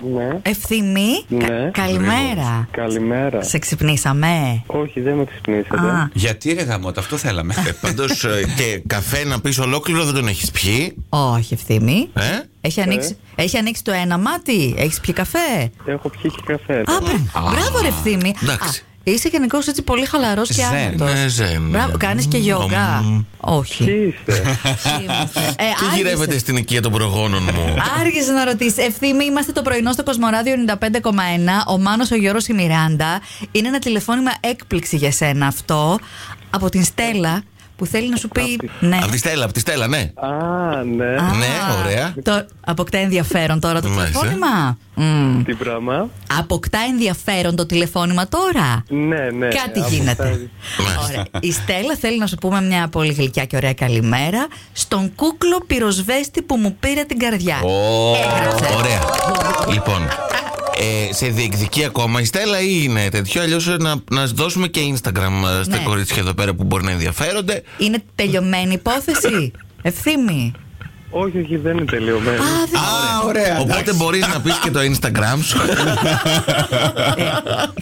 Ναι. Ευθυμή. Ναι. Κα- Καλημέρα. Καλημέρα. Σε ξυπνήσαμε. Όχι, δεν με ξυπνήσατε. Α, Γιατί ρε γαμώτα, αυτό θέλαμε. Πάντως Ε, και καφέ να πεις ολόκληρο δεν τον έχεις πιει. όχι, ευθύμη. Ε? Ε. Έχει ανοίξει, έχει ανοίξει το ένα μάτι. Έχεις πιει καφέ. Έχω πιει και καφέ. Α, μπρα- μπράβο, ρε ευθύμη. εντάξει. Α, Είσαι γενικώς έτσι πολύ χαλαρός και Ζεν, άνετος. ναι, ζεν. Μπράβο, κάνεις και Ε, γιόγκα. Μμμ. Όχι. Τι είστε. Ποιοι είμαστε. Ε, Τι άργησες. γυρεύεται στην οικία των προγόνων μου. Άργησες να ρωτήσεις. Ευθύμη, είμαστε το πρωινό στο Κοσμοράδιο 95,1. Ο Μάνος, ο Γιώργος, η Μιράντα. Είναι ένα τηλεφώνημα έκπληξη για σένα αυτό από την Στέλλα που θέλει να σου πει. Ναι. Απ' τη Στέλλα, απ' τη Στέλλα, ναι. Α, ναι. Α, ναι, ωραία. Το, αποκτά ενδιαφέρον τώρα το Μάλιστα. τηλεφώνημα. Μμμ. Τι πράγμα. Αποκτά ενδιαφέρον το τηλεφώνημα τώρα. Ναι, ναι. Κάτι Από τα- γίνεται. Μάλιστα. Ωραία. Η Στέλλα θέλει να σου πούμε μια πολύ γλυκιά και ωραία καλημέρα στον κούκλο πυροσβέστη που μου πήρε την καρδιά. Ω, Έγραψε. Ωραία. Λοιπόν, ε, σε διεκδικεί ακόμα η Στέλλα ή είναι τέτοιο. Αλλιώς να, να δώσουμε και Instagram ε, στα Ναι. κορίτσια εδώ πέρα που μπορεί να ενδιαφέρονται. Είναι τελειωμένη υπόθεση. Ευθύμη. Όχι, όχι, δεν είναι τελειωμένο. Α, δεν Α, ωραία. Οπότε μπορείς να πεις και το Instagram σου.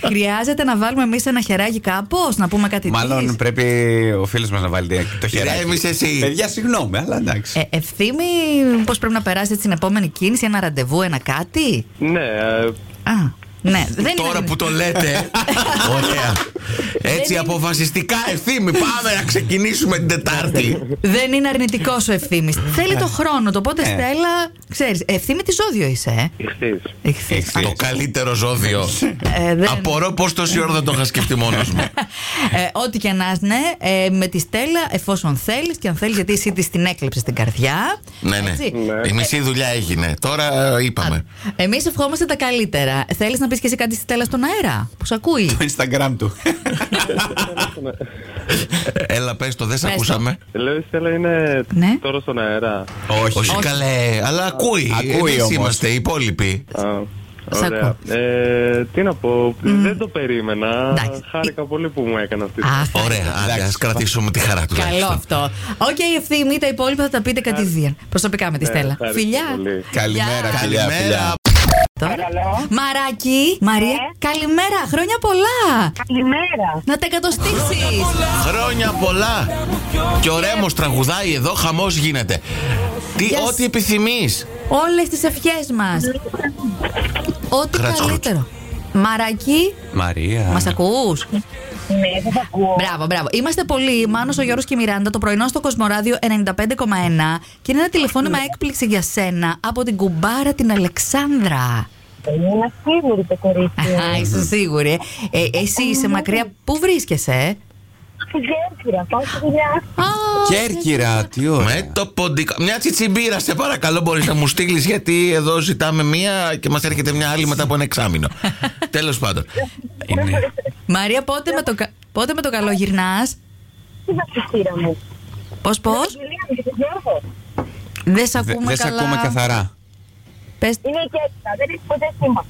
Ε, Χρειάζεται να βάλουμε εμείς ένα χεράκι κάπως, να πούμε κάτι Μάλλον τέτοιο. πρέπει ο φίλος μας να βάλει το χεράκι. Ηρέμησε εσύ. Παιδιά, συγγνώμη, αλλά εντάξει. Ε, ευθύμη, πώς πρέπει να περάσετε την επόμενη κίνηση, ένα ραντεβού, ένα κάτι. Ναι, ε, Α, ναι, δεν Ε, Τώρα είναι. που το λέτε. Ωραία. Έτσι αποφασιστικά ευθύμη. Πάμε να ξεκινήσουμε την Τετάρτη. Δεν είναι αρνητικός ο ευθύμης. Ε, Θέλει ναι. το χρόνο του. Οπότε, Ε. Στέλλα, ξέρεις, ευθύμη τη ζώδιο είσαι. ε. ηχθείς. Εχθής. Εχθής. Το καλύτερο ζώδιο. Ε, δεν- Απορώ πω τόση ώρα δεν το είχα σκεφτεί μόνος μου. Ε, ό,τι και να είναι, ναι, ε, με τη Στέλλα, εφόσον θέλεις και αν θέλεις, γιατί εσύ της την έκλεψες την καρδιά. Ναι, ναι. Έτσι. Ναι. Η μισή δουλειά έγινε. Τώρα ε, είπαμε. Εμείς ευχόμαστε τα καλύτερα. Θέλεις να πεις και εσύ κάτι στη Στέλλα στον αέρα, που σε ακούει. Το Instagram του. Ε, Έλα, πες το, δεν σε Πες το. ακούσαμε. Λέω η Στέλλα είναι Ναι. τώρα στον αέρα. Όχι, καλέ, αλλά ακούει. Ακούει Εμείς όμως. είμαστε οι υπόλοιποι. Α, Σ' Ωραία. Ε, τι να πω, δεν το περίμενα. Εντάξει. Χάρηκα πολύ που μου έκανες αυτή. Αχ, Ωραία, άντε, ας κρατήσουμε τη χαρά του. καλό αυτό. Οκ, η ευθύνη, τα υπόλοιπα θα τα πείτε κατηδίαν. Προσωπικά με τη Ναι, Στέλλα. ευχαριστώ Φιλιά. πολύ. Καλημέρα, Γεια. φιλιά, Καλημέρα. φιλιά. Τώρα. Παρακαλώ. Μαράκι, Μαρία, καλημέρα, χρόνια πολλά. Καλημέρα. Να τα εκατοστήσεις. Χρόνια πολλά. Και ο Ρέμος τραγουδάει εδώ, χαμός γίνεται. Τι, Γεια ό,τι επιθυμείς. Όλες τις ευχές μας. Ό,τι Κράτσο. καλύτερο. Μαράκι, Μαρία. μας ακούς. Ναι, δεν τα ακούω. Μπράβο, μπράβο. Είμαστε πολλοί. Μάνος, ο Γιώργος και η Μιράντα. Το πρωινό στο Κοσμοράδιο 95,1. Και είναι ένα τηλεφώνημα έκπληξη για σένα από την κουμπάρα την Αλεξάνδρα. Είναι σίγουρη το κορίτσι. Α, είσαι σίγουρη. ε. Ε, εσύ είσαι μακριά. Πού βρίσκεσαι, ε? Στην Κέρκυρα, πάω στη δουλειά. Α, Κέρκυρα, τι ωραία. Με το ποντικό. Μια τσιτσιμπήρα, σε παρακαλώ, μπορείς να μου στείλεις, γιατί εδώ ζητάμε μία και μας έρχεται μια άλλη μετά από ένα εξάμεινο. Τέλος πάντων. Είναι- Μαρία, πότε με το, κα- πότε με το καλό γυρνά. Τι θα στη χείρα μου. Πώς, πώς. Στη δουλειά μου και τον Γιώργο. Δεν σε Δε- ακούμε Δεν σε καλά. ακούμε καθαρά. Πες, Ε, Είναι η Κέρκυρα, δεν έχει ποτέ σήμα.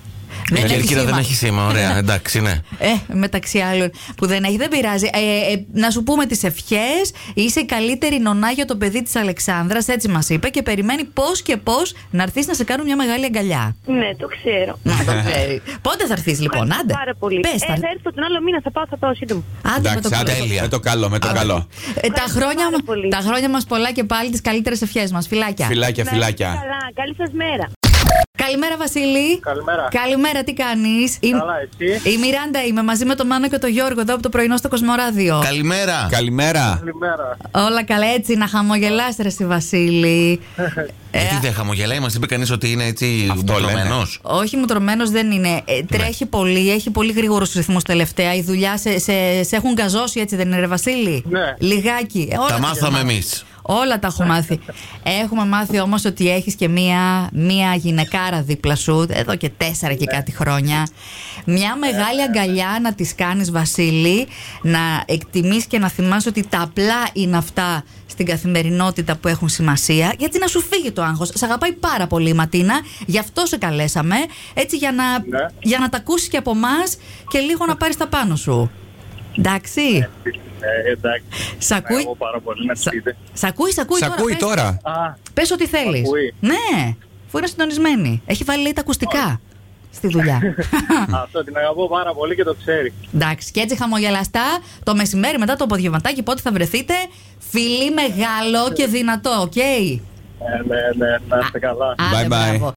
δεν Η έχει Κέρκυρα Ε, δεν σήμα. έχει σήμα, ωραία, εντάξει, ναι. Ε, μεταξύ άλλων που δεν έχει, δεν πειράζει. Ε, ε, να σου πούμε τις ευχές. Είσαι η καλύτερη νονά για το παιδί της Αλεξάνδρας, έτσι μας είπε, και περιμένει πώς και πώς να έρθεις να σε κάνουν μια μεγάλη αγκαλιά. Ναι, το ξέρω. Να το ξέρει. Πότε θα έρθεις λοιπόν, άντε. Πάρα πολύ. Πες, ε, θα... θα έρθω τον άλλο μήνα, θα πάω, θα πάω σύντομα. Άντε με το Εντάξει, άντε, καλό. τέλεια. με το καλό, με το καλό. Ε, τα, Ευχαριστώ χρόνια, πάρα μα- πολύ. τα χρόνια μας πολλά και πάλι τις καλύτερες ευχές μας. Φιλάκια. Φιλάκια, Να είστε φιλάκια. Καλά, καλή σας μέρα. Καλημέρα Βασίλη. Καλημέρα. Καλημέρα, τι κάνεις. Η- Καλά, εσύ. Η Μιράντα είμαι μαζί με τον Μάνο και τον Γιώργο εδώ από το πρωινό στο Κοσμοράδιο. Καλημέρα. Καλημέρα. Καλημέρα. Όλα καλά έτσι, να χαμογελάς ρε στη Βασίλη. Ε, Γιατί δεν χαμογελάει, μας είπε κανείς ότι είναι έτσι Αυτό λένε. μπολωμένο. όχι, μουτρωμένο δεν είναι. Ε, τρέχει Ναι. πολύ, έχει πολύ γρήγορους ρυθμούς τελευταία. Η δουλειά σε, σε, σε έχουν γκαζώσει, έτσι δεν είναι, ρε Βασίλη. Ναι. Λιγάκι. Ε, όλα Τα έχουμε μάθαμε μάθει. εμείς. Όλα τα έχω μάθει. Έχουμε μάθει όμως ότι έχεις και μία, μία γυναικάρα δίπλα σου, εδώ και τέσσερα Ναι. και κάτι χρόνια. Μια μεγάλη αγκαλιά να τη κάνεις, Βασίλη, να εκτιμείς και να θυμάσαι ότι τα απλά είναι αυτά στην καθημερινότητα που έχουν σημασία, γιατί να σου φύγει το άγχος. Σε αγαπάει πάρα πολύ η Ματίνα, γι' αυτό σε καλέσαμε, έτσι για να, Ναι. για να τα ακούσεις και από εμάς και λίγο να πάρεις τα πάνω σου. Εντάξει. Ε, εντάξει. Σ' ακούει. Ναι, Εγώ πάρα πολύ να Σα- τη πείτε. Σ' ακούει, σ' ακούει Σ' τώρα. ακούει πες. τώρα. Α, Πες ό,τι θέλεις. Ακούει. Ναι, αφού είναι συντονισμένη. Έχει βάλει λέει, τα ακουστικά. στη δουλειά. Αυτό την αγαπώ πάρα πολύ και το ξέρει. Εντάξει, και έτσι χαμογελαστά το μεσημέρι μετά το απογευματάκι πότε θα βρεθείτε. Φιλί μεγάλο και δυνατό, οκ. Ναι, ναι, ναι, να είστε καλά. Άντε, Bye-bye. μπράβο.